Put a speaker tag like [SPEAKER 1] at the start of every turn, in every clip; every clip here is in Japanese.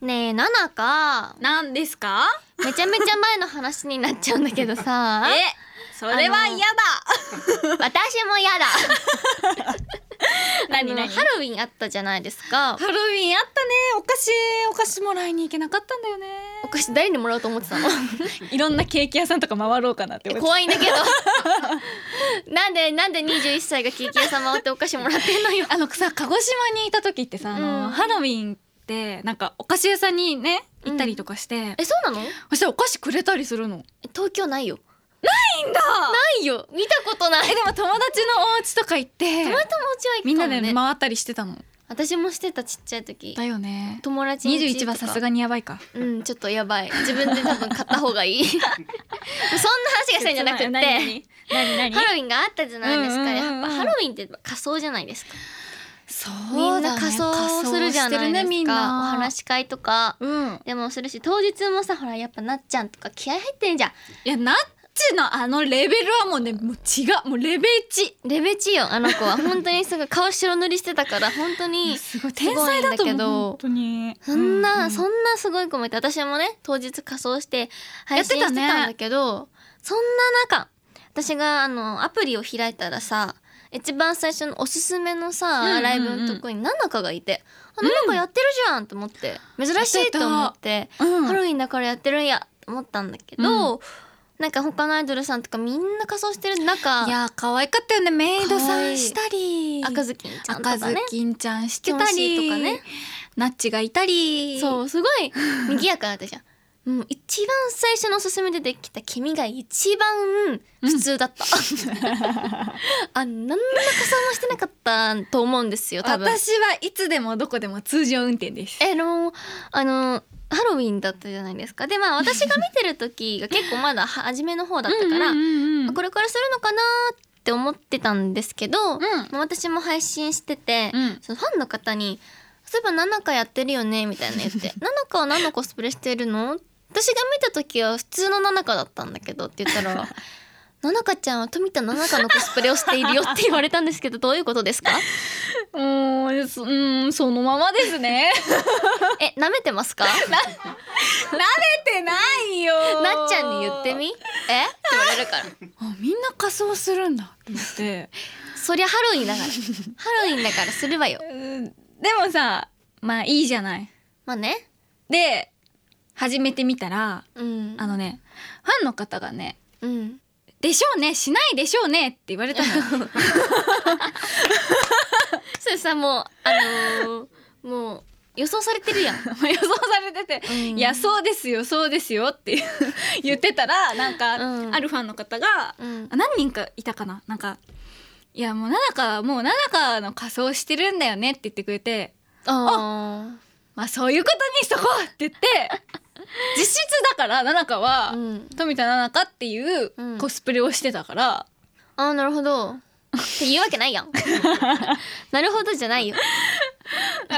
[SPEAKER 1] ねえななか
[SPEAKER 2] なんですか
[SPEAKER 1] めちゃめちゃ前の話になっちゃうんだけどさ
[SPEAKER 2] えそれは嫌だ
[SPEAKER 1] 私も嫌だ
[SPEAKER 2] 何
[SPEAKER 1] あの
[SPEAKER 2] 何
[SPEAKER 1] ハロウィンあったじゃないですか
[SPEAKER 2] ハロウィンあったねお菓子お菓子もらいに行けなかったんだよね
[SPEAKER 1] お菓子誰にもらおうと思って たの
[SPEAKER 2] いろんなケーキ屋さんとか回ろうかなって思って
[SPEAKER 1] 怖いんだけど なんでなんで21歳がケーキ屋さん回ってお菓子もらってんのよ
[SPEAKER 2] あのさ鹿児島にいた時ってさあの、
[SPEAKER 1] うん
[SPEAKER 2] ハロウィンってなんかお菓子屋さんにね行ったりとかして、
[SPEAKER 1] えそうなの
[SPEAKER 2] そしたらお菓子くれたりするの
[SPEAKER 1] え東京ないよ
[SPEAKER 2] いいんだ
[SPEAKER 1] ないよ見たことない
[SPEAKER 2] えでも友達のお家とか行って
[SPEAKER 1] たまたまうちは行くかもね
[SPEAKER 2] みんなで回ったりしてたの
[SPEAKER 1] 私もしてたちっちゃい時
[SPEAKER 2] だよね
[SPEAKER 1] 友達
[SPEAKER 2] 二十一はさす
[SPEAKER 1] が
[SPEAKER 2] がにやばいか
[SPEAKER 1] うんちょっとやばい自分で多分買った方が いいそんな話がしたいんじゃなくって
[SPEAKER 2] 何何
[SPEAKER 1] ハロウィンがあったじゃないですか、
[SPEAKER 2] うんうんうんうん
[SPEAKER 1] やっぱハロウィンって仮装じゃないですか、
[SPEAKER 2] そう
[SPEAKER 1] みんな
[SPEAKER 2] だね
[SPEAKER 1] 仮装するじゃないですか
[SPEAKER 2] 仮装してるねみんな
[SPEAKER 1] お話し会とか
[SPEAKER 2] うん
[SPEAKER 1] でもするし当日もさほらやっぱなっちゃんとか気合入ってんじゃん
[SPEAKER 2] いやナッチのあのレベルはもうねもう違うもうレベル
[SPEAKER 1] レベチよあの子は本当にすごい顔白塗りしてたから本当に
[SPEAKER 2] 1すごい
[SPEAKER 1] 天
[SPEAKER 2] 天
[SPEAKER 1] 才
[SPEAKER 2] 才
[SPEAKER 1] だ
[SPEAKER 2] だ
[SPEAKER 1] と
[SPEAKER 2] と
[SPEAKER 1] 思
[SPEAKER 2] 思
[SPEAKER 1] う本
[SPEAKER 2] う本当に
[SPEAKER 1] そんな、そん
[SPEAKER 2] な
[SPEAKER 1] なすごい子もいて私もね当日仮装して配信して
[SPEAKER 2] やったて
[SPEAKER 1] ん
[SPEAKER 2] たね
[SPEAKER 1] だけど、そんな中私があのアプリを開いたらさ一番最初のおすすめのさ、
[SPEAKER 2] うんうんうん
[SPEAKER 1] ライブのとこにななかがいて「あななかやってるじゃん!」と思って珍しいと思って
[SPEAKER 2] うん
[SPEAKER 1] ハロウィンだからやってるんやと思ったんだけど、なんか他のアイドルさんとかみんな仮装してる中
[SPEAKER 2] いや可愛かったよねメイドさんしたり
[SPEAKER 1] 赤ずきんちゃんとか
[SPEAKER 2] 赤ず
[SPEAKER 1] ね
[SPEAKER 2] きんちゃんしてた
[SPEAKER 1] キョンシー
[SPEAKER 2] り
[SPEAKER 1] とかね
[SPEAKER 2] ナッチがいたり
[SPEAKER 1] そうすごい賑やかだったじゃん。もう一番最初のおすすめでできた君が一番普通だった。あ何の仮装もしてなかったと思うんですよ多分。
[SPEAKER 2] 私はいつでもどこでも通常運転です
[SPEAKER 1] えのあのハロウィンだったじゃないですか。でまあ私が見てる時が結構まだ初めの方だったから、
[SPEAKER 2] うんうんうん
[SPEAKER 1] あこれからするのかなって思ってたんですけど、もう私も配信してて、
[SPEAKER 2] うん
[SPEAKER 1] そのファンの方に「そういえばナナカやってるよね」みたいな言って「ナナカは何のコスプレしてるの?」私が見た時は普通のナナカだったんだけどって言ったら「ナナカちゃんは富田ナナカのコスプレをしているよ」って言われたんですけどどういうことですか
[SPEAKER 2] うんうんそうんそのままですね
[SPEAKER 1] え舐めてますか
[SPEAKER 2] 慣れてないよ
[SPEAKER 1] なっちゃんに言ってみえって言われるから
[SPEAKER 2] あみんな仮装するんだって思って
[SPEAKER 1] そりゃハロウィンだからハロウィンだからするわよ
[SPEAKER 2] うんでもさまあいいじゃない
[SPEAKER 1] まあね
[SPEAKER 2] で始めてみたら
[SPEAKER 1] うん
[SPEAKER 2] あのねファンの方がね
[SPEAKER 1] うん
[SPEAKER 2] 「でしょうねしないでしょうね」って言われたのよ
[SPEAKER 1] それさもうあのーもう予想されてるやん、
[SPEAKER 2] ま あ予想されてて「いやそうですよそうですよ」っていう言ってたらなんか、
[SPEAKER 1] うん
[SPEAKER 2] あるファンの方が
[SPEAKER 1] う、ん
[SPEAKER 2] あ何人かいたかななんか「いやもう奈々香もう奈々香の仮装してるんだよね」って言ってくれて
[SPEAKER 1] あ
[SPEAKER 2] 「まあそういうことにしとこう」って言って 実質だから奈々香は、
[SPEAKER 1] あ、うん、
[SPEAKER 2] 富田奈々香っていう
[SPEAKER 1] うん
[SPEAKER 2] コスプレをしてたから、
[SPEAKER 1] ああなるほどって言うわけないや んなるほどじゃないよ
[SPEAKER 2] え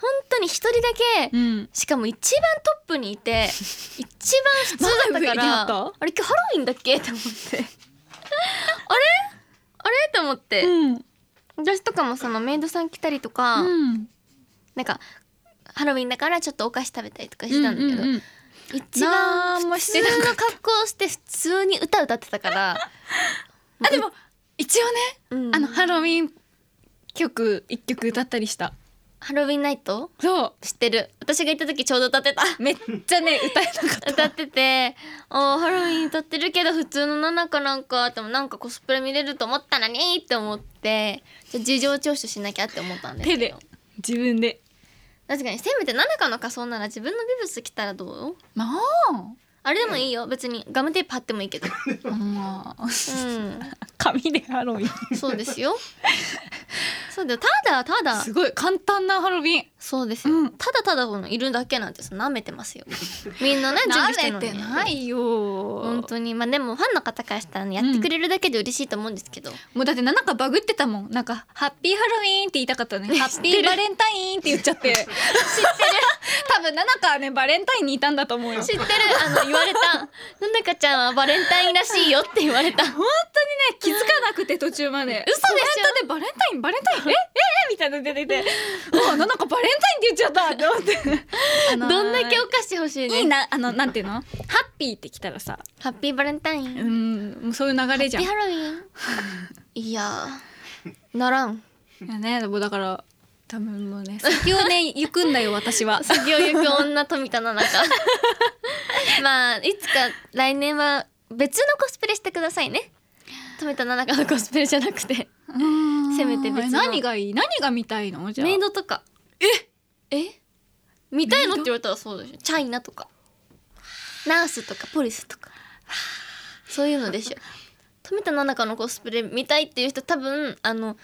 [SPEAKER 1] 本当に一人だけ
[SPEAKER 2] ーうん
[SPEAKER 1] しかも一番トップにいて一番普通だったから、
[SPEAKER 2] まだ上にあった
[SPEAKER 1] あれ今日ハロウィンだっけと思ってあれあれと思って、
[SPEAKER 2] うん
[SPEAKER 1] 私とかもそのメイドさん来たりとか、
[SPEAKER 2] うん
[SPEAKER 1] なんかハロウィンだからちょっとお菓子食べたりとかしてたんだけど、
[SPEAKER 2] うんうんうん
[SPEAKER 1] 一番
[SPEAKER 2] なんも
[SPEAKER 1] 普
[SPEAKER 2] し
[SPEAKER 1] 通
[SPEAKER 2] てなかっ
[SPEAKER 1] の格好をして普通に歌歌ってたから、
[SPEAKER 2] たあでも一応ね、
[SPEAKER 1] うん
[SPEAKER 2] あのハロウィン曲一曲歌ったりした
[SPEAKER 1] ハロウィンナイト
[SPEAKER 2] そ
[SPEAKER 1] 知ってる私が行った時ちょうど歌ってた
[SPEAKER 2] うめっち ゃね歌えなかった
[SPEAKER 1] 歌ってて 「あーハロウィン歌ってるけど普通のナナカなんか」でもなんかコスプレ見れると思ったのにって思ってじゃあ事情聴取しなきゃって思ったんです
[SPEAKER 2] 手
[SPEAKER 1] け
[SPEAKER 2] で
[SPEAKER 1] ど
[SPEAKER 2] 自分で
[SPEAKER 1] 確かにせめてナナカの仮装なら自分のビブス着たらどう
[SPEAKER 2] まあ
[SPEAKER 1] あれでもいいよ別にガムテープ貼ってもいいけどう
[SPEAKER 2] ま あ
[SPEAKER 1] ん
[SPEAKER 2] 紙でハロウィン
[SPEAKER 1] そうです よそうだよただただ
[SPEAKER 2] すごい簡単なハロウィン
[SPEAKER 1] そうですよ、
[SPEAKER 2] うん
[SPEAKER 1] ただただこのいるだけなんてさ舐めてますよみんな ね準備してるのに
[SPEAKER 2] 慣れてないよ
[SPEAKER 1] 本当にまあでもファンの方からしたらねやってくれるだけで嬉しいと思うんですけど、
[SPEAKER 2] もうだってなんかバグってたもんなんかハッピーハロウィーンって言いたかったのにハッ
[SPEAKER 1] 知っ
[SPEAKER 2] ピ
[SPEAKER 1] て
[SPEAKER 2] ー
[SPEAKER 1] る
[SPEAKER 2] バレンタインって言っちゃって知ってる多分ナナカはねバレンタインにいたんだと思うよ
[SPEAKER 1] 知ってるあの言われた「ななかちゃんはバレンタインらしいよ」って言われた
[SPEAKER 2] 本ね気づかなくて途中まで
[SPEAKER 1] 嘘でしょ
[SPEAKER 2] コメントでバレンタインバレンタインえええみたいなの出てき てうわなんかバレンタインって言っちゃったって思って あの ー
[SPEAKER 1] どんだけお菓子欲しいね
[SPEAKER 2] いいなあのなんていうのハッピーってきたらさ
[SPEAKER 1] ハッピーバレンタイン、
[SPEAKER 2] う
[SPEAKER 1] ハ
[SPEAKER 2] んもうそういう流れじ
[SPEAKER 1] ッ
[SPEAKER 2] ゃん
[SPEAKER 1] ピーハロウィンいやーならん
[SPEAKER 2] いやねもうだから多分もうね先をね行くんだよ私は
[SPEAKER 1] 先を行く女富田 奈々香まあいつか来年は別のコスプレしてくださいね富田奈々香のコスプレじゃなくてせ
[SPEAKER 2] せ
[SPEAKER 1] めて別の
[SPEAKER 2] 何がいい何が見たいのじゃあ
[SPEAKER 1] メイドとかええ見たいのって言われたらそうでしょチャイナとかナースとかポリスとかそういうのでしょ富田奈々香のコスプレ見たいっていう人多分あの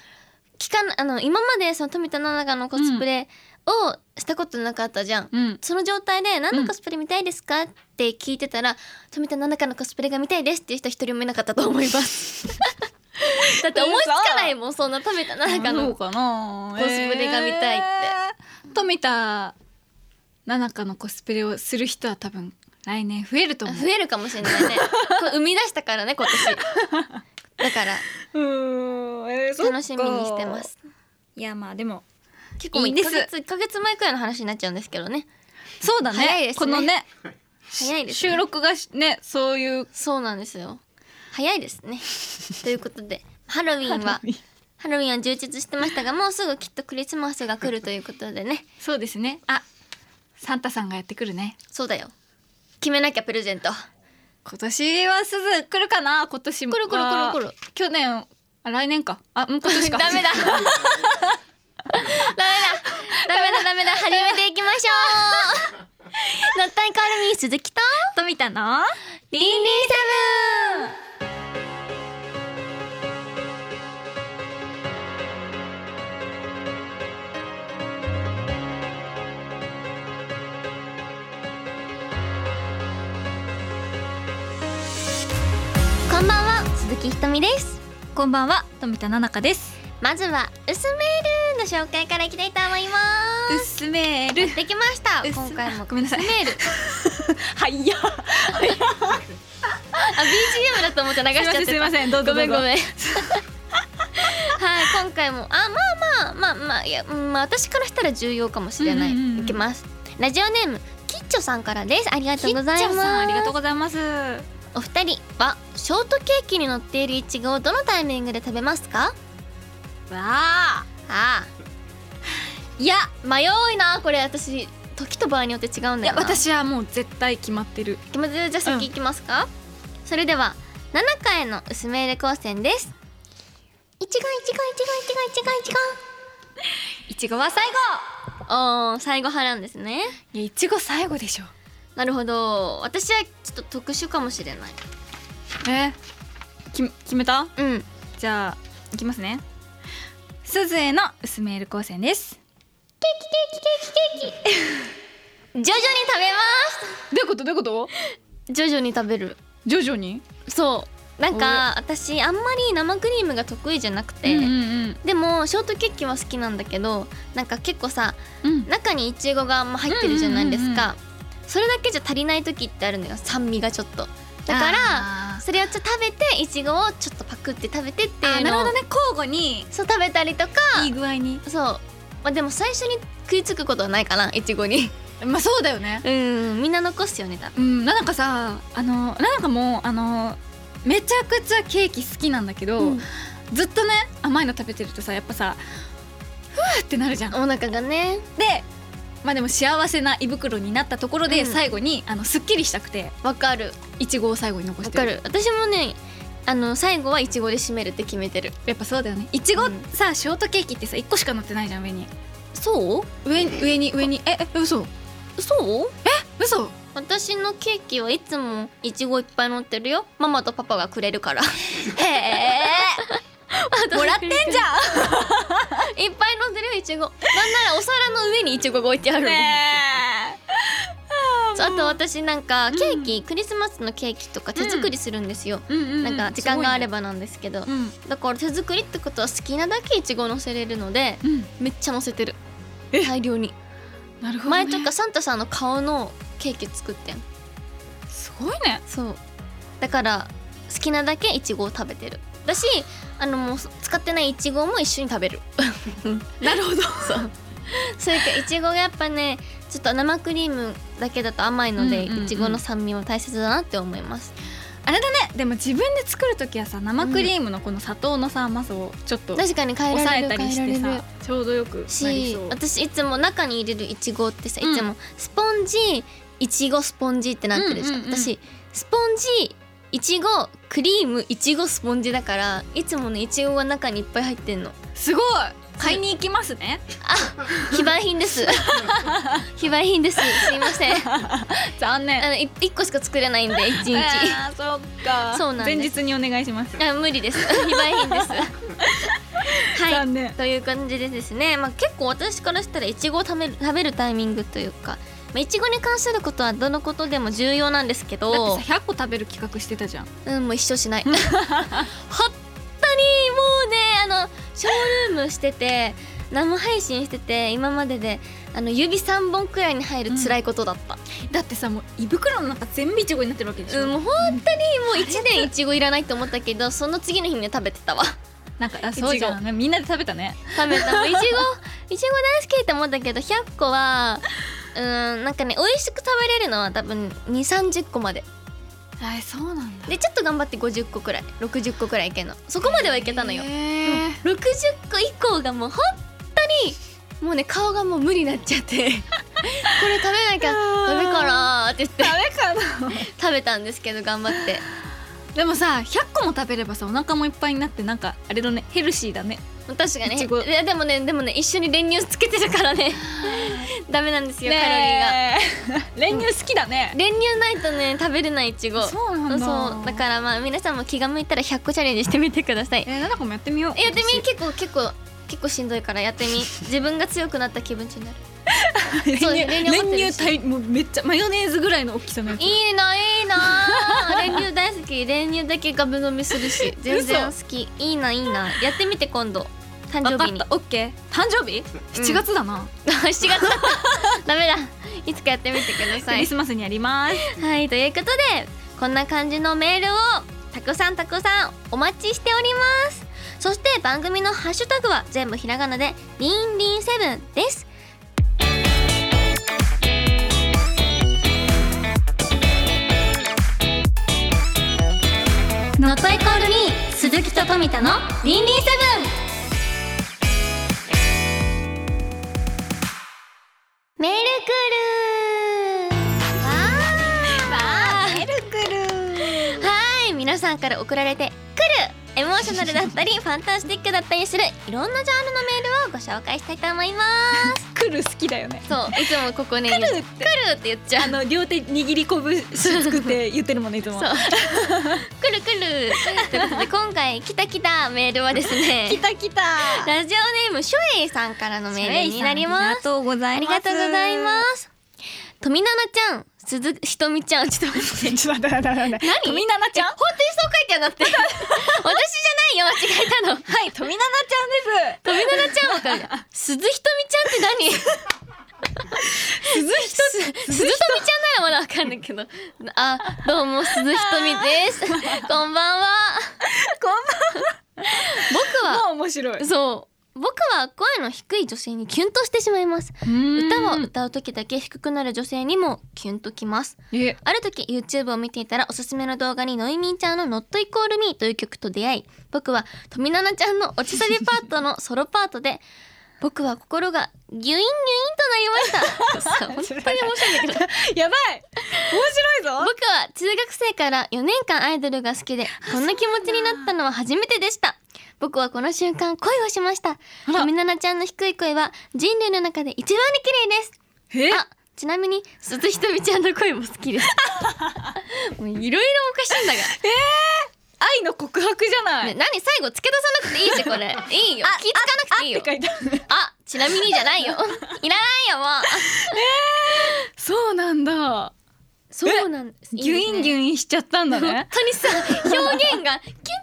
[SPEAKER 1] 聞かなあの今までその富田奈々香のコスプレをしたことなかったじゃん、
[SPEAKER 2] うん
[SPEAKER 1] その状態で「何のコスプレ見たいですか?」って聞いてたら「富田奈々香のコスプレが見たいです」っていう人一人もいなかったと思います だって思いつかないもんそんな富田奈々香
[SPEAKER 2] そう
[SPEAKER 1] の
[SPEAKER 2] かな
[SPEAKER 1] コスプレが見たいって
[SPEAKER 2] えー富田奈々香のコスプレをする人は多分来年増えると思
[SPEAKER 1] 増えるかもしれない ねこれ生み出したからね今年だから
[SPEAKER 2] ううん、え
[SPEAKER 1] 楽しみにしてます
[SPEAKER 2] いやまあでも
[SPEAKER 1] 結構
[SPEAKER 2] いいで
[SPEAKER 1] 1
[SPEAKER 2] す
[SPEAKER 1] ヶ月1ヶ月前くらいの話になっちゃうんですけどね
[SPEAKER 2] そうだ
[SPEAKER 1] 早い
[SPEAKER 2] ね
[SPEAKER 1] ですね
[SPEAKER 2] このね
[SPEAKER 1] 早いですね
[SPEAKER 2] 収録がしねそういう
[SPEAKER 1] そうなんですよ早いです ねということでハロウィンはハロウィンは充実してましたがもうすぐきっとクリスマスが来るということでね
[SPEAKER 2] そうですねあサンタさんがやってくるね
[SPEAKER 1] そうだよ決めなきゃプレゼント
[SPEAKER 2] 今年はすず来るかな今年も
[SPEAKER 1] 来る来る来る来る
[SPEAKER 2] 去年あ来年かあうん 今年か
[SPEAKER 1] ダメだダメだダメだダメだ始めていきましょうなったいカルミ鈴木と
[SPEAKER 2] 富田の
[SPEAKER 1] リンリンセブンこんばんは鈴木ひとみです
[SPEAKER 2] こんばんは富田奈々香です
[SPEAKER 1] まずは薄メールの紹介からいきたいと思いま
[SPEAKER 2] うっすめーる
[SPEAKER 1] すできました
[SPEAKER 2] うっす
[SPEAKER 1] 今回も
[SPEAKER 2] ごめんなさい
[SPEAKER 1] メール
[SPEAKER 2] はいや
[SPEAKER 1] あ BGM だと思って流しちゃってた
[SPEAKER 2] すいませんすいませんどうぞ
[SPEAKER 1] ごめん
[SPEAKER 2] どう
[SPEAKER 1] ご
[SPEAKER 2] ぞ
[SPEAKER 1] めんはい今回もあまあまあまあまあいや、うんまあ、私からしたら重要かもしれない、
[SPEAKER 2] うんうんうんうん
[SPEAKER 1] いきますラジオネームキッチョさんからですありがとうござい
[SPEAKER 2] きっちゃん
[SPEAKER 1] ます
[SPEAKER 2] さんありがとうございます
[SPEAKER 1] お二人はショートケーキに乗っているいちごをどのタイミングで食べますか
[SPEAKER 2] あ
[SPEAKER 1] ああいや迷うなこれ私時と場合によって違うん
[SPEAKER 2] い
[SPEAKER 1] だよ
[SPEAKER 2] や
[SPEAKER 1] な
[SPEAKER 2] 私はもう絶対決まってる
[SPEAKER 1] 決まってじゃあ
[SPEAKER 2] うん
[SPEAKER 1] 先行きますか、それでは7回の薄メール光線ですいちごいちごいちごいちごいちごいち
[SPEAKER 2] いちごは最後
[SPEAKER 1] ごおー最後派なんですね
[SPEAKER 2] いやいちご最後でしょ
[SPEAKER 1] なるほど私はちょっと特殊かもしれない
[SPEAKER 2] えき決めた
[SPEAKER 1] うん
[SPEAKER 2] じゃあいきますねすずへのうすめール光線です
[SPEAKER 1] 徐々に食べま
[SPEAKER 2] どういうことどういうこと
[SPEAKER 1] す徐々に食べる
[SPEAKER 2] 徐々に
[SPEAKER 1] そうなんか私あんまり生クリームが得意じゃなくて、
[SPEAKER 2] うんうん
[SPEAKER 1] でもショートケーキは好きなんだけどなんか結構さ
[SPEAKER 2] うん
[SPEAKER 1] 中にいちごがまあ入ってるじゃないですか、それだけじゃ足りない時ってあるのよ酸味がちょっとだから
[SPEAKER 2] あ
[SPEAKER 1] それをちょっと食べていちごをちょっとパクって食べてって
[SPEAKER 2] ー
[SPEAKER 1] い
[SPEAKER 2] あ
[SPEAKER 1] う
[SPEAKER 2] な
[SPEAKER 1] の
[SPEAKER 2] る
[SPEAKER 1] を
[SPEAKER 2] ほどね交互に
[SPEAKER 1] そう食べたりとか
[SPEAKER 2] いい具合に
[SPEAKER 1] そう、まあ、でも最初に食いつくことはないかないちごに
[SPEAKER 2] まあそうだよね
[SPEAKER 1] うんみんな残すよね多分
[SPEAKER 2] うん、なんかさあのなんかもうあのめちゃくちゃケーキ好きなんだけど、
[SPEAKER 1] うん
[SPEAKER 2] ずっとね甘いの食べてるとさやっぱさふわってなるじゃん。で
[SPEAKER 1] お腹がね
[SPEAKER 2] まあでも幸せな胃袋になったところ
[SPEAKER 1] う
[SPEAKER 2] で、
[SPEAKER 1] ん
[SPEAKER 2] 最後にあのすっきりしたくて
[SPEAKER 1] わかる
[SPEAKER 2] いちごを最後に残し
[SPEAKER 1] わ
[SPEAKER 2] て
[SPEAKER 1] かる私もねあの最後はいちごで締めるって決めてる
[SPEAKER 2] やっぱそうだよねいちご
[SPEAKER 1] うん
[SPEAKER 2] さ、ショートケーキってさ1個しか乗ってないじゃん上に
[SPEAKER 1] そう
[SPEAKER 2] 上に上に上にええ嘘
[SPEAKER 1] そう
[SPEAKER 2] 嘘
[SPEAKER 1] 私のケーキはいつもいちごいっぱい乗ってるよママとパパがくれるから
[SPEAKER 2] へえもらってん じゃ
[SPEAKER 1] いっぱい飲んでるよいちごなんならお皿の上にいちごが置いてあ
[SPEAKER 2] ん
[SPEAKER 1] るもん、
[SPEAKER 2] ねえ
[SPEAKER 1] そうあと私なんか
[SPEAKER 2] うん
[SPEAKER 1] ケーキ、クリスマスのケーキとか手作りするんですよ、
[SPEAKER 2] うんうんう
[SPEAKER 1] なんか時間があれ
[SPEAKER 2] ば、
[SPEAKER 1] ばなんですけど、
[SPEAKER 2] うん
[SPEAKER 1] だから手作りってことは好きなだけいちご乗せれるので
[SPEAKER 2] うん、
[SPEAKER 1] めっちゃ乗せてる
[SPEAKER 2] え
[SPEAKER 1] 大量に
[SPEAKER 2] なるほど、ね、
[SPEAKER 1] 前とかサンタさんの顔のケーキ作ってん
[SPEAKER 2] すごいね
[SPEAKER 1] そうだから好きなだけいちごを食べてるだしあのもう使ってないいちごも一緒に食べる
[SPEAKER 2] なるほど
[SPEAKER 1] そうそれからいちごがやっぱねちょっと生クリームだけだと甘いので、
[SPEAKER 2] うんうんうん
[SPEAKER 1] いちごの酸味も大切だなって思います
[SPEAKER 2] あれだねでも自分で作る時はさ生クリームのこの砂糖のさ甘さをちょっと
[SPEAKER 1] 確かに変えら
[SPEAKER 2] 抑
[SPEAKER 1] れ
[SPEAKER 2] え
[SPEAKER 1] る
[SPEAKER 2] たりして
[SPEAKER 1] 変えられ
[SPEAKER 2] さ
[SPEAKER 1] る
[SPEAKER 2] ちょうどよくなり
[SPEAKER 1] し
[SPEAKER 2] そう
[SPEAKER 1] 私いつも中に入れるいちごってさ
[SPEAKER 2] うん
[SPEAKER 1] いつもスポンジいちごスポンジってなってるじゃん,、
[SPEAKER 2] うんうんうん
[SPEAKER 1] 私スポンジいちごクリームいちごスポンジだからいつもねいちごが中にいっぱい入って んの
[SPEAKER 2] すごい買いに行きますね
[SPEAKER 1] 非売品です 非売品ですすいませんあ
[SPEAKER 2] 残念
[SPEAKER 1] のい一個しか作れないんで一日
[SPEAKER 2] あーそっか
[SPEAKER 1] そうなんです
[SPEAKER 2] 前日にお願いします、
[SPEAKER 1] あ無理です 非売品ですはい
[SPEAKER 2] 残念
[SPEAKER 1] という感じでですね、まあ、結構私からしたらいちごを食べる食べるタイミングというかまあいちごに関することはどのことでも重要なんですけ
[SPEAKER 2] だ
[SPEAKER 1] ど
[SPEAKER 2] ってさ100個食べる企画してたじゃん
[SPEAKER 1] うんもう一生し ない本当にもうねあのショールームしてて生配信してて今までであの指3本くらいに入る辛いことだった、
[SPEAKER 2] だってさもう胃袋の中全部いちごになってるわけでし
[SPEAKER 1] う
[SPEAKER 2] ょ、
[SPEAKER 1] ん、もう本当にもう1年いちごいらないと思ったけどその次の日には食べてたわ
[SPEAKER 2] なんかあそうじゃんみんなで食べたね
[SPEAKER 1] 食べたもういちごいちご大好きって思ったけど100個はうーんなんかね美味しく食べれるのは多分2三3 0個まで
[SPEAKER 2] あそうなんだ
[SPEAKER 1] でちょっと頑張って50個くらい60個くらいいけんのそこまではいけたのよ、
[SPEAKER 2] へー
[SPEAKER 1] 60個以降がもう本当にもうね顔がもう無理になっちゃって これ食べなきゃ
[SPEAKER 2] あー
[SPEAKER 1] ダメかなーって言って
[SPEAKER 2] ダメかな
[SPEAKER 1] 食べたんですけど頑張って
[SPEAKER 2] でもさ100個も食べればさお腹もいっぱいになってなんかあれだねヘルシーだね
[SPEAKER 1] 確かに
[SPEAKER 2] いちご
[SPEAKER 1] いやでもねでもね一緒に練乳つけてるからね ダメなんですよ、カロリーが
[SPEAKER 2] ーが練乳好きだね、
[SPEAKER 1] 練乳ないとね食べれないいちご
[SPEAKER 2] そうなんだ
[SPEAKER 1] そうだからまあ皆さんも気が向いたら100個チャレンジしてみてください
[SPEAKER 2] えー、ななこもやってみよう
[SPEAKER 1] えやってみ
[SPEAKER 2] 私
[SPEAKER 1] 結構結構結構しんどいからやって み自分が強くなった気分になる
[SPEAKER 2] 練
[SPEAKER 1] そう
[SPEAKER 2] 乳
[SPEAKER 1] 練乳持ってるし
[SPEAKER 2] 練乳大もうめっちゃマヨネーズぐらいの大きさのやつ
[SPEAKER 1] いいないい な練乳大好き練乳だけガブ飲みするし全然好きいいないいなやってみて今度誕
[SPEAKER 2] わ
[SPEAKER 1] 生
[SPEAKER 2] か
[SPEAKER 1] 日
[SPEAKER 2] っ
[SPEAKER 1] に
[SPEAKER 2] たオッケー誕生日7月だな、
[SPEAKER 1] 7月だったダメだいつかやってみてくだ
[SPEAKER 2] ク
[SPEAKER 1] さい
[SPEAKER 2] リスマスにやります
[SPEAKER 1] はいということでこんな感じのメールをたくさんたくさんお待ちしておりますそして番組のハッシュタグは全部ひらがなでりんりんセブンですノットイコールに鈴木と富田のりんりんセブンメールクルーわー
[SPEAKER 2] ルク
[SPEAKER 1] はい皆さんから送られてくるエモーショナルだったりファンタスティックだったりするいろんなジャンルのメールをご紹介したいと思います
[SPEAKER 2] ル来る好きだよね
[SPEAKER 1] そういつもここね
[SPEAKER 2] 来
[SPEAKER 1] 言う
[SPEAKER 2] るって
[SPEAKER 1] 来るって言っちゃ
[SPEAKER 2] あ
[SPEAKER 1] う
[SPEAKER 2] の両手握り拳作って言ってるもんねいつも
[SPEAKER 1] そう来る来るということで今回来た来たメールはですね
[SPEAKER 2] た来た
[SPEAKER 1] ラジオネームショエイさんからのメールになります
[SPEAKER 2] とうござ
[SPEAKER 1] ありがとうございます富永ちゃん鈴ひとみちゃ んちょっと待って
[SPEAKER 2] すちょっと待って待って待って
[SPEAKER 1] 何
[SPEAKER 2] 富永ちゃん
[SPEAKER 1] え本当にそう書いてあるんだって 私じゃないよ間違えたの
[SPEAKER 2] はい富永ちゃんで
[SPEAKER 1] 富永ちゃんわかるじゃん 鈴ひとみちゃんって何鈴ひと 鈴ひとみちゃんならまだわかんないけどあどうも鈴ひとみです こんばんは
[SPEAKER 2] すこん
[SPEAKER 1] 僕
[SPEAKER 2] ばん
[SPEAKER 1] は
[SPEAKER 2] は面白い
[SPEAKER 1] そう僕は声の低い女性にキュンとしてしまいます歌を歌う時だけ低くなる女性にもキュンときます
[SPEAKER 2] え
[SPEAKER 1] ある時 YouTube を見ていたらおすすめの動画にノイミーちゃんの「Not Equal Me」という曲と出会い僕は富永ちゃんの落ちサビパートのソロパートで僕は心がギュインギュインとなりましたそ う本当に面白いんだけど
[SPEAKER 2] やばい面白い
[SPEAKER 1] 僕
[SPEAKER 2] ぞ
[SPEAKER 1] は中学生から4年間アイドルが好きでこんな気持ちになったのは初めてでした僕はこの瞬間恋をしました
[SPEAKER 2] あら
[SPEAKER 1] 富永ちゃんの低い声は人類の中で一番に綺麗です
[SPEAKER 2] え
[SPEAKER 1] あちなみに鈴ひとみちゃんの声も好きです もういろいろおかしいんだが、
[SPEAKER 2] 愛の告白じゃない、
[SPEAKER 1] ね、何最後付け出さなくていいしこれ いいよ気ぃつかなくていいよ
[SPEAKER 2] って書いてある
[SPEAKER 1] あちなみにじゃ ないよいらないよも
[SPEAKER 2] そうなんだ
[SPEAKER 1] うそうなんです
[SPEAKER 2] ギュインギ
[SPEAKER 1] ュ
[SPEAKER 2] ュインしちゃったんだ
[SPEAKER 1] 本
[SPEAKER 2] ね
[SPEAKER 1] 当にさ表現がキュン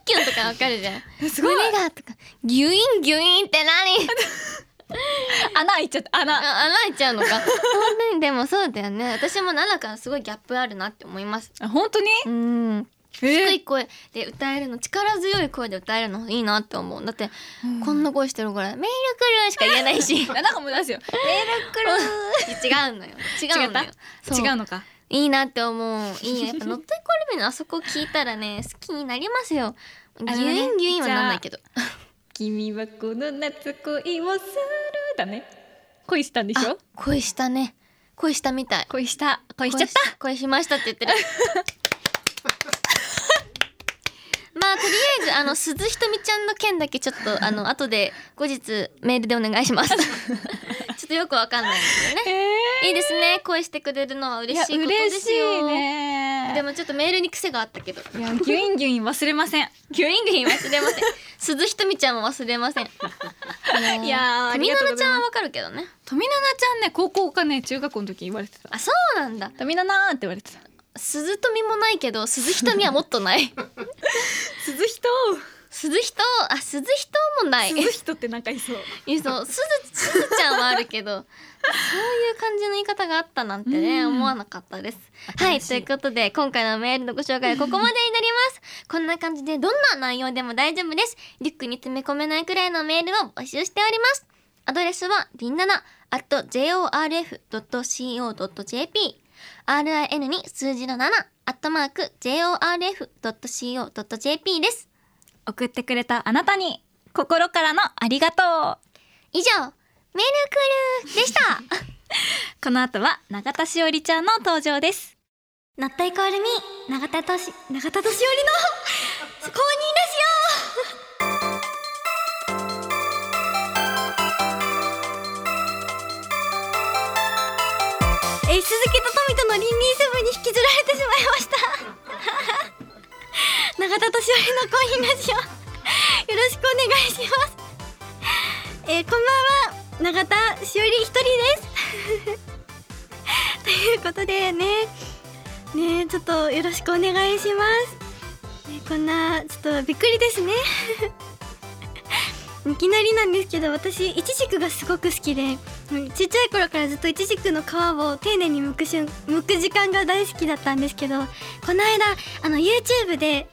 [SPEAKER 1] キュンとかわかるじゃん
[SPEAKER 2] すごい
[SPEAKER 1] 胸がとかギュインギュインって何
[SPEAKER 2] 穴開いちゃった穴
[SPEAKER 1] あ穴開いちゃうのか 本当にでもそうだよね私も奈々からすごいギャップあるなって思います
[SPEAKER 2] あ本当に
[SPEAKER 1] うん
[SPEAKER 3] 低
[SPEAKER 2] え
[SPEAKER 3] い声で歌えるの力強い声で歌えるのいいなって思うだって
[SPEAKER 2] うん
[SPEAKER 3] こんな声してるから「メール来る」しか言えな いし違
[SPEAKER 2] なんかもう出すよ
[SPEAKER 3] うのよ違うのよそ
[SPEAKER 2] 違うのか
[SPEAKER 3] いいなって思ういいよやっぱ「乗ってこるべ」のあそこ聞いたらね好きになりますよギ
[SPEAKER 2] あのね
[SPEAKER 3] ュインギュインはなんないけど
[SPEAKER 2] 君はこの夏恋をするだね恋したんでし
[SPEAKER 3] あ
[SPEAKER 2] ょ
[SPEAKER 3] 恋したね恋したみたい
[SPEAKER 2] 恋した恋しちゃった
[SPEAKER 3] 恋し恋しましたって言ってる まあとりあえずあの鈴ひとみちゃんの件だけちょっとあの後で後日メールでお願いします ちょっとよくわかんないんで すよねいいですね恋してくれるのは嬉しいことですよ
[SPEAKER 2] ね
[SPEAKER 3] でもちょっとメールに癖があったけど
[SPEAKER 2] いやギュインギュイン忘れません
[SPEAKER 3] ギュインギュイン忘れません鈴ひとみちゃんも忘れません
[SPEAKER 2] いやーあり
[SPEAKER 3] み
[SPEAKER 2] が
[SPEAKER 3] な
[SPEAKER 2] とう
[SPEAKER 3] の
[SPEAKER 2] ご
[SPEAKER 3] ち
[SPEAKER 2] ざい
[SPEAKER 3] ゃ
[SPEAKER 2] ます
[SPEAKER 3] んはわかるけどね
[SPEAKER 2] 富永ちゃんね高校かね中学校の時言われてた
[SPEAKER 3] あそうなんだ
[SPEAKER 2] 富永って言われてた
[SPEAKER 3] 鈴とみもないけど鈴ひとみはもっとない
[SPEAKER 2] 鈴人
[SPEAKER 3] 鈴ひとあ鈴ひともない
[SPEAKER 2] 鈴人ってなんかいそう
[SPEAKER 3] いや そうすずすずちゃんはあるけどそういう感じの言い方があったなんてね、
[SPEAKER 2] うん
[SPEAKER 3] 思わなかったです。
[SPEAKER 2] 新しい
[SPEAKER 3] はいということで今回のメールのご紹介はここまでになります。こんな感じでどんな内容でも大丈夫です。リュックに詰め込めないくらいのメールを募集しております。アドレスはリンナナ at jorf.co.jp rin に数字の7アットマーク jorf.co.jp です。
[SPEAKER 2] 送ってくれたあなたに心からのありがとう
[SPEAKER 3] 以上メールクルーで した。
[SPEAKER 2] この後は永田しおりちゃんの登場です
[SPEAKER 3] ノットイコールミー永田とし永田としおりの公認ラジ オえー鈴木と富とのリンリンセブンに引きずられてしまいました永田としおりの公認ラジオよろしくお願いしますえーこんばんは永田しおり一人です ということでねねえちょっとよろしくお願いします、ねえこんなちょっとびっくりですね いきなりなんですけど私いちじくがすごく好きでうんちっちゃい頃からずっといちじくの皮を丁寧に剥くしゅん剥く時間が大好きだったんですけどこの間あの YouTube で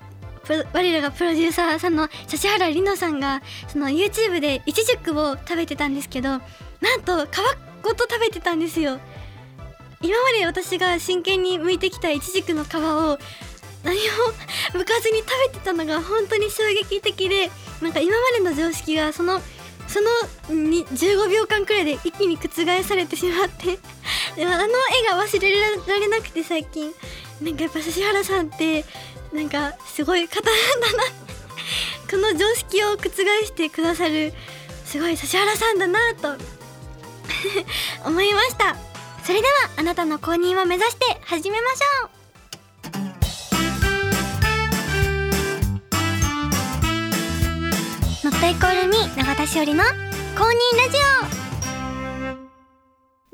[SPEAKER 3] プロ我らがプロデューサーさんの指原莉乃さんがその YouTube でいちじくを食べてたんですけどなんと皮ごと食べてたんですよ今まで私が真剣に剥いてきたイチジクの皮を何も 剥かずに食べてたのが本当に衝撃的でなんか今までの常識がそのそのに15秒間くらいで一気に覆されてしまってでもあの絵が忘れられなくて最近なんかやっぱ指原さんってなんかすごい方なんだなこの常識を覆してくださるすごい指原さんだなと 思いました。それではあなたの公認を目指して始めましょうノットイコールミー永田しおりの公認ラジ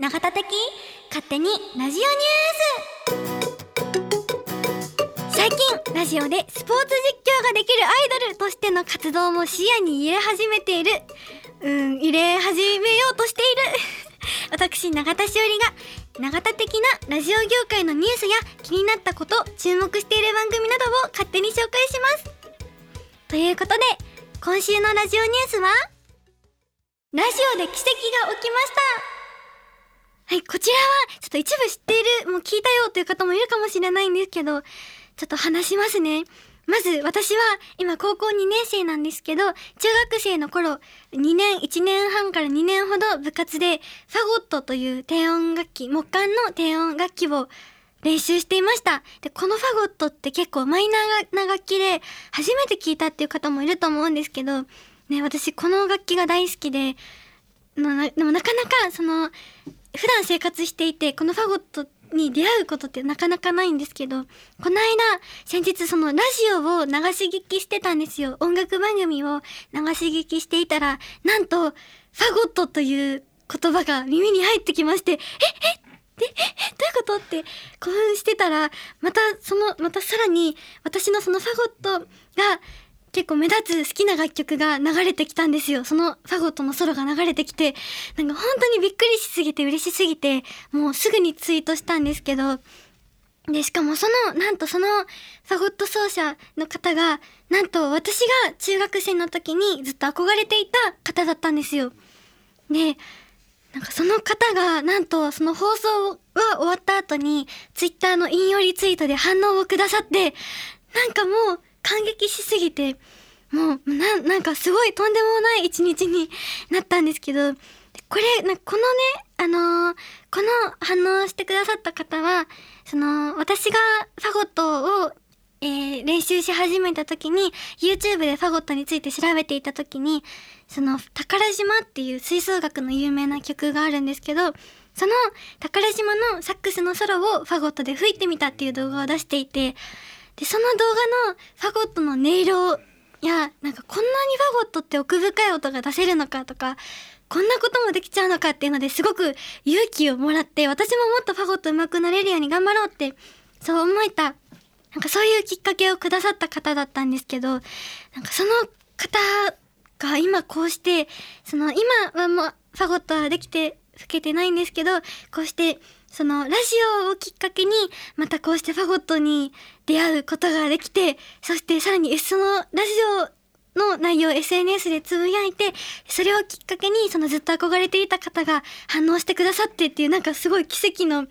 [SPEAKER 3] オ永田的勝手にラジオニュース最近ラジオでスポーツ実況ができるアイドルとしての活動も視野に入れ始めているうん入れ始めようとしている 私永田しおりが永田的なラジオ業界のニュースや気になったこと注目している番組などを勝手に紹介しますということで今週のラジオニュースはラジオで奇跡が起きましたはいこちらはちょっと一部知っているもう聞いたよという方もいるかもしれないんですけどちょっと話しますねまず私は今高校2年生なんですけど中学生の頃2年1年半から2年ほど部活でファゴットという低音楽器木管の低音楽器を練習していましたでこのファゴットって結構マイナーな楽器で初めて聞いたっていう方もいると思うんですけど、ね、私この楽器が大好きでななでもなかなかその普段生活していてこのファゴットに出会うことってなかなかないんですけどこの間先日そのラジオを流し聞きしてたんですよ音楽番組を流し聞きしていたらなんとファゴットという言葉が耳に入ってきましてええでええどういうことって興奮してたらまたそのまたさらに私のそのファゴットが結構目立つ好きな楽曲が流れてきたんですよそのファゴットのソロが流れてきてなんか本当にびっくりしすぎて嬉しすぎてもうすぐにツイートしたんですけどでしかもそのなんとそのファゴット奏者の方がなんと私が中学生の時にずっと憧れていた方だったんですよ。でなんかその方がなんとその放送が終わった後にツイッターの引用リツイートで反応をくださってなんかもう感激しすぎてもうななんかすごいとんでもない一日になったんですけどこれなこのねあのーこの反応してくださった方はその私がファゴットを、えー練習し始めた時に YouTube でファゴットについて調べていた時にその「宝島」っていう吹奏楽の有名な曲があるんですけどその宝島のサックスのソロをファゴットで吹いてみたっていう動画を出していてでその動画のファゴットの音色やなんかこんなにファゴットって奥深い音が出せるのかとかこんなこともできちゃうのかっていうのですごく勇気をもらって私ももっとファゴット上手くなれるように頑張ろうってそう思えたなんかそういうきっかけをくださった方だったんですけどなんかその方が今こうしてその今はもうファゴットはできて吹けてないんですけどこうしてそのラジオをきっかけにまたこうしてファゴットに出会うことができてそしてさらにそのラジオの内容を SNS でつぶやいてそれをきっかけにそのずっと憧れていた方が反応してくださってっていうなんかすごい奇跡の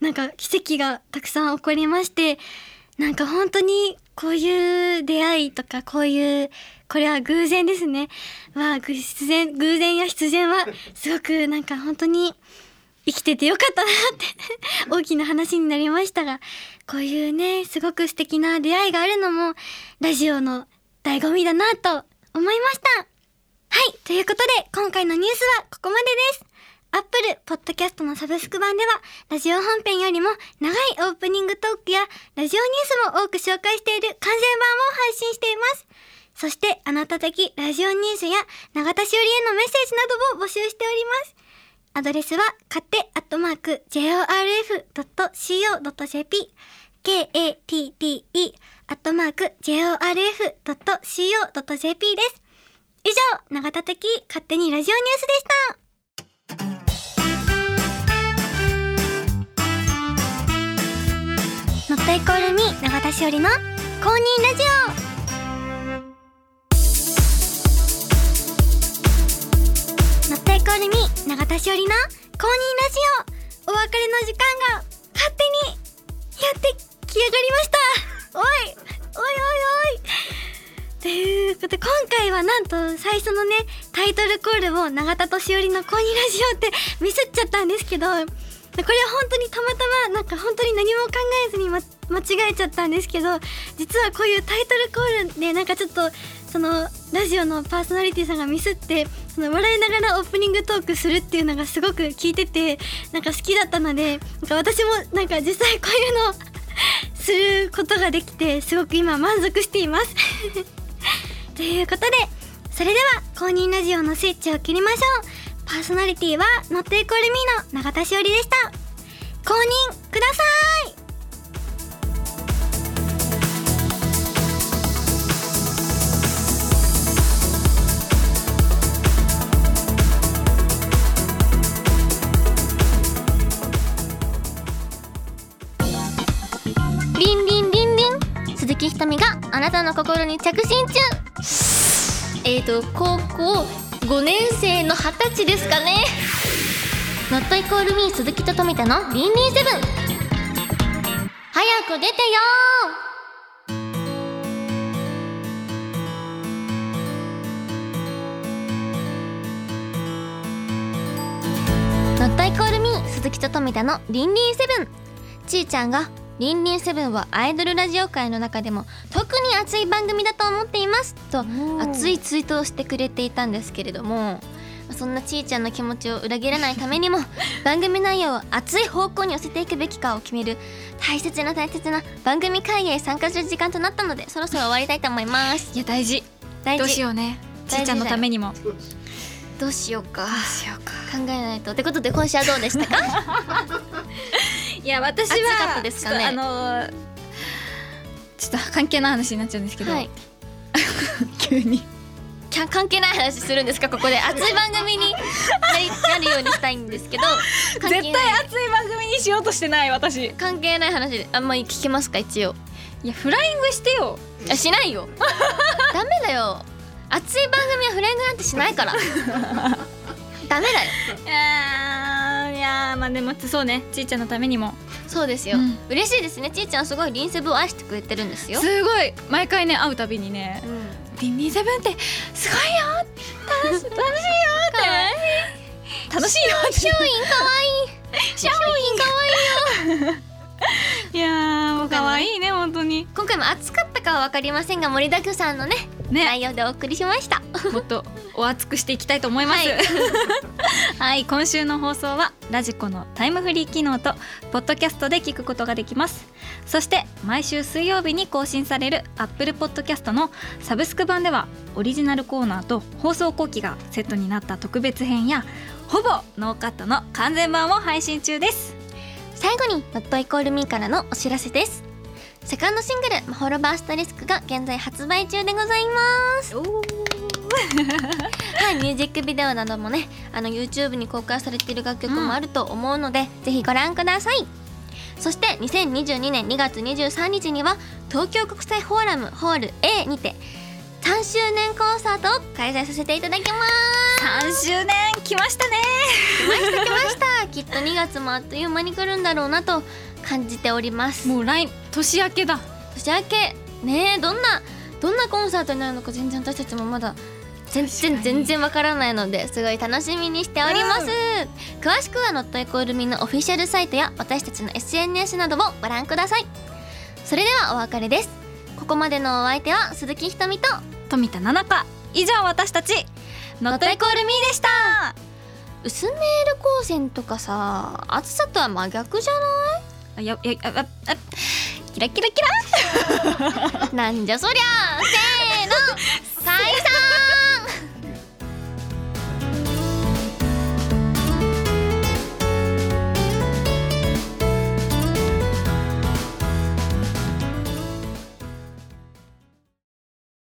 [SPEAKER 3] なんか奇跡がたくさん起こりましてなんか本当にこういう出会いとかこういうこれは偶然ですねは偶然偶然や必然はすごくなんか本当に生きててよかったなって大きな話になりましたがこういうねすごく素敵な出会いがあるのもラジオの醍醐味だなと思いましたはいということで今回のニュースはここまでですアップルポッドキャストのサブスク版ではラジオ本編よりも長いオープニングトークやラジオニュースも多く紹介している完全版も配信していますそしてあなた的ラジオニュースや永田しおりへのメッセージなども募集しておりますアドレスは、かて、アットマーク、jorf.co.jp、k-a-t-t-e、アットマーク、jorf.co.jp です。以上、永田的勝手にラジオニュースでした。ノットイコールに永田しおりの公認ラジオノットイコールに永田しおりの公認ラジオお別れの時間が勝手にやってきやがりましたおいおいおいおいということで今回はなんと最初のねタイトルコールを永田としおりの公認ラジオってミスっちゃったんですけどこれは本当にたまたまなんか本当に何も考えずに、ま、間違えちゃったんですけど実はこういうタイトルコールでなんかちょっとそのラジオのパーソナリティさんがミスってその笑いながらオープニングトークするっていうのがすごく聞いててなんか好きだったのでなんか私もなんか実際こういうの をすることができてすごく今満足しています ということでそれでは公認ラジオのスイッチを切りましょうパーソナリティはノットイコールミーの永田しおりでした公認ください
[SPEAKER 1] リンリンリンリン鈴木ひとみがあなたの心に着信中えーと高校5年生の二十歳ですかねノットイコールミー鈴木と富田のリンリンセブン早く出てよノットイコールミー鈴木と富田のリンリンセブンちーちゃんが「リンリンセブンはアイドルラジオ界の中でも特に熱い番組だと思っています」と熱いツイートをしてくれていたんですけれどもそんなちーちゃんの気持ちを裏切らないために も番組内容を熱い方向に寄せていくべきかを決める大切な大切な番組会議へ参加する時間となったのでそろそろ終わりたいと思います。
[SPEAKER 2] いや大事
[SPEAKER 1] 大
[SPEAKER 2] どうし
[SPEAKER 1] 事
[SPEAKER 2] ようね
[SPEAKER 1] 大事だよ
[SPEAKER 2] ちいちゃんのためにもど
[SPEAKER 1] どうしようか
[SPEAKER 2] うしようか
[SPEAKER 1] 考えないとってことで今週はどうでしたか
[SPEAKER 2] いや私は
[SPEAKER 1] 暑かったですかね
[SPEAKER 2] ちょっとあのーちょっと関係ない話になっちゃうんですけど、
[SPEAKER 1] はい
[SPEAKER 2] 急に
[SPEAKER 1] キャか関係ない話するんですかここで熱い番組になりなるようにしたいんですけど関係
[SPEAKER 2] 絶対
[SPEAKER 1] ない
[SPEAKER 2] 熱い番組にしようとしてない私い
[SPEAKER 1] 関係ない話であんまり聞きますか一応
[SPEAKER 2] やフライングしてよ
[SPEAKER 1] あしない よダメだよ熱い番組はフレングなんてしないからダメだよ
[SPEAKER 2] いやーいやーまあでもそうねちいちゃんのためにも
[SPEAKER 1] そうですよ、
[SPEAKER 2] うん
[SPEAKER 1] 嬉しいですねちいちゃんすごいリンセブを愛してくれてるんですよ、
[SPEAKER 2] すごい毎回ね会うたびにね
[SPEAKER 1] うん、
[SPEAKER 2] 「リンリンセブンってすごいよ楽し楽しいよ」って楽しいよって
[SPEAKER 1] ショーインかわいい ショーインかわいい
[SPEAKER 2] いやーもう
[SPEAKER 1] 今回もね
[SPEAKER 2] 可愛いね本当に
[SPEAKER 1] 今回も暑かったかはわかりませんが盛りだくさんのね
[SPEAKER 2] ね
[SPEAKER 1] 内容でお送りしました
[SPEAKER 2] もっとお熱くしていきたいと思います
[SPEAKER 1] は
[SPEAKER 2] はいい、今週の放送はラジコのタイムフリー機能とポッドキャストで聞くことができますそして毎週水曜日に更新される Apple Podcast のサブスク版ではオリジナルコーナーと放送後期がセットになった特別編やほぼノーカットの完全版を配信中です
[SPEAKER 1] 最後に「Not Equal Me」からのお知らせですセカンドシングル「マホロバーストリスク」が現在発売中でございますはい、ミュージックビデオなどもねあの YouTube に公開されている楽曲もあると思うので、ぜひご覧くださいそして2022年2月23日には東京国際フォーラムホール A にて3周年コンサートを開催させていただきます
[SPEAKER 2] 3周年来ましたね
[SPEAKER 1] 来ました来ましたきっと2月もあっという間に来るんだろうなと感じております
[SPEAKER 2] もう来年明けだ
[SPEAKER 1] 年明けねえどんなどんなコンサートになるのか全然私たちもまだ全
[SPEAKER 2] 確か
[SPEAKER 1] 然
[SPEAKER 2] に
[SPEAKER 1] 全然わからないのですごい楽しみにしております、
[SPEAKER 2] う
[SPEAKER 1] 詳しくは「ノットイコールミのオフィシャルサイトや私たちの SNS などをご覧くださいそれではお別れですここまでのお相手は鈴木ひとみと
[SPEAKER 2] 富田七香以上私たちノットイコールミーでした
[SPEAKER 1] 薄メール光線とかさ暑さとは真逆じゃ
[SPEAKER 2] あややあああキラキラキラ
[SPEAKER 1] ないなんじゃそりゃせーの
[SPEAKER 2] せ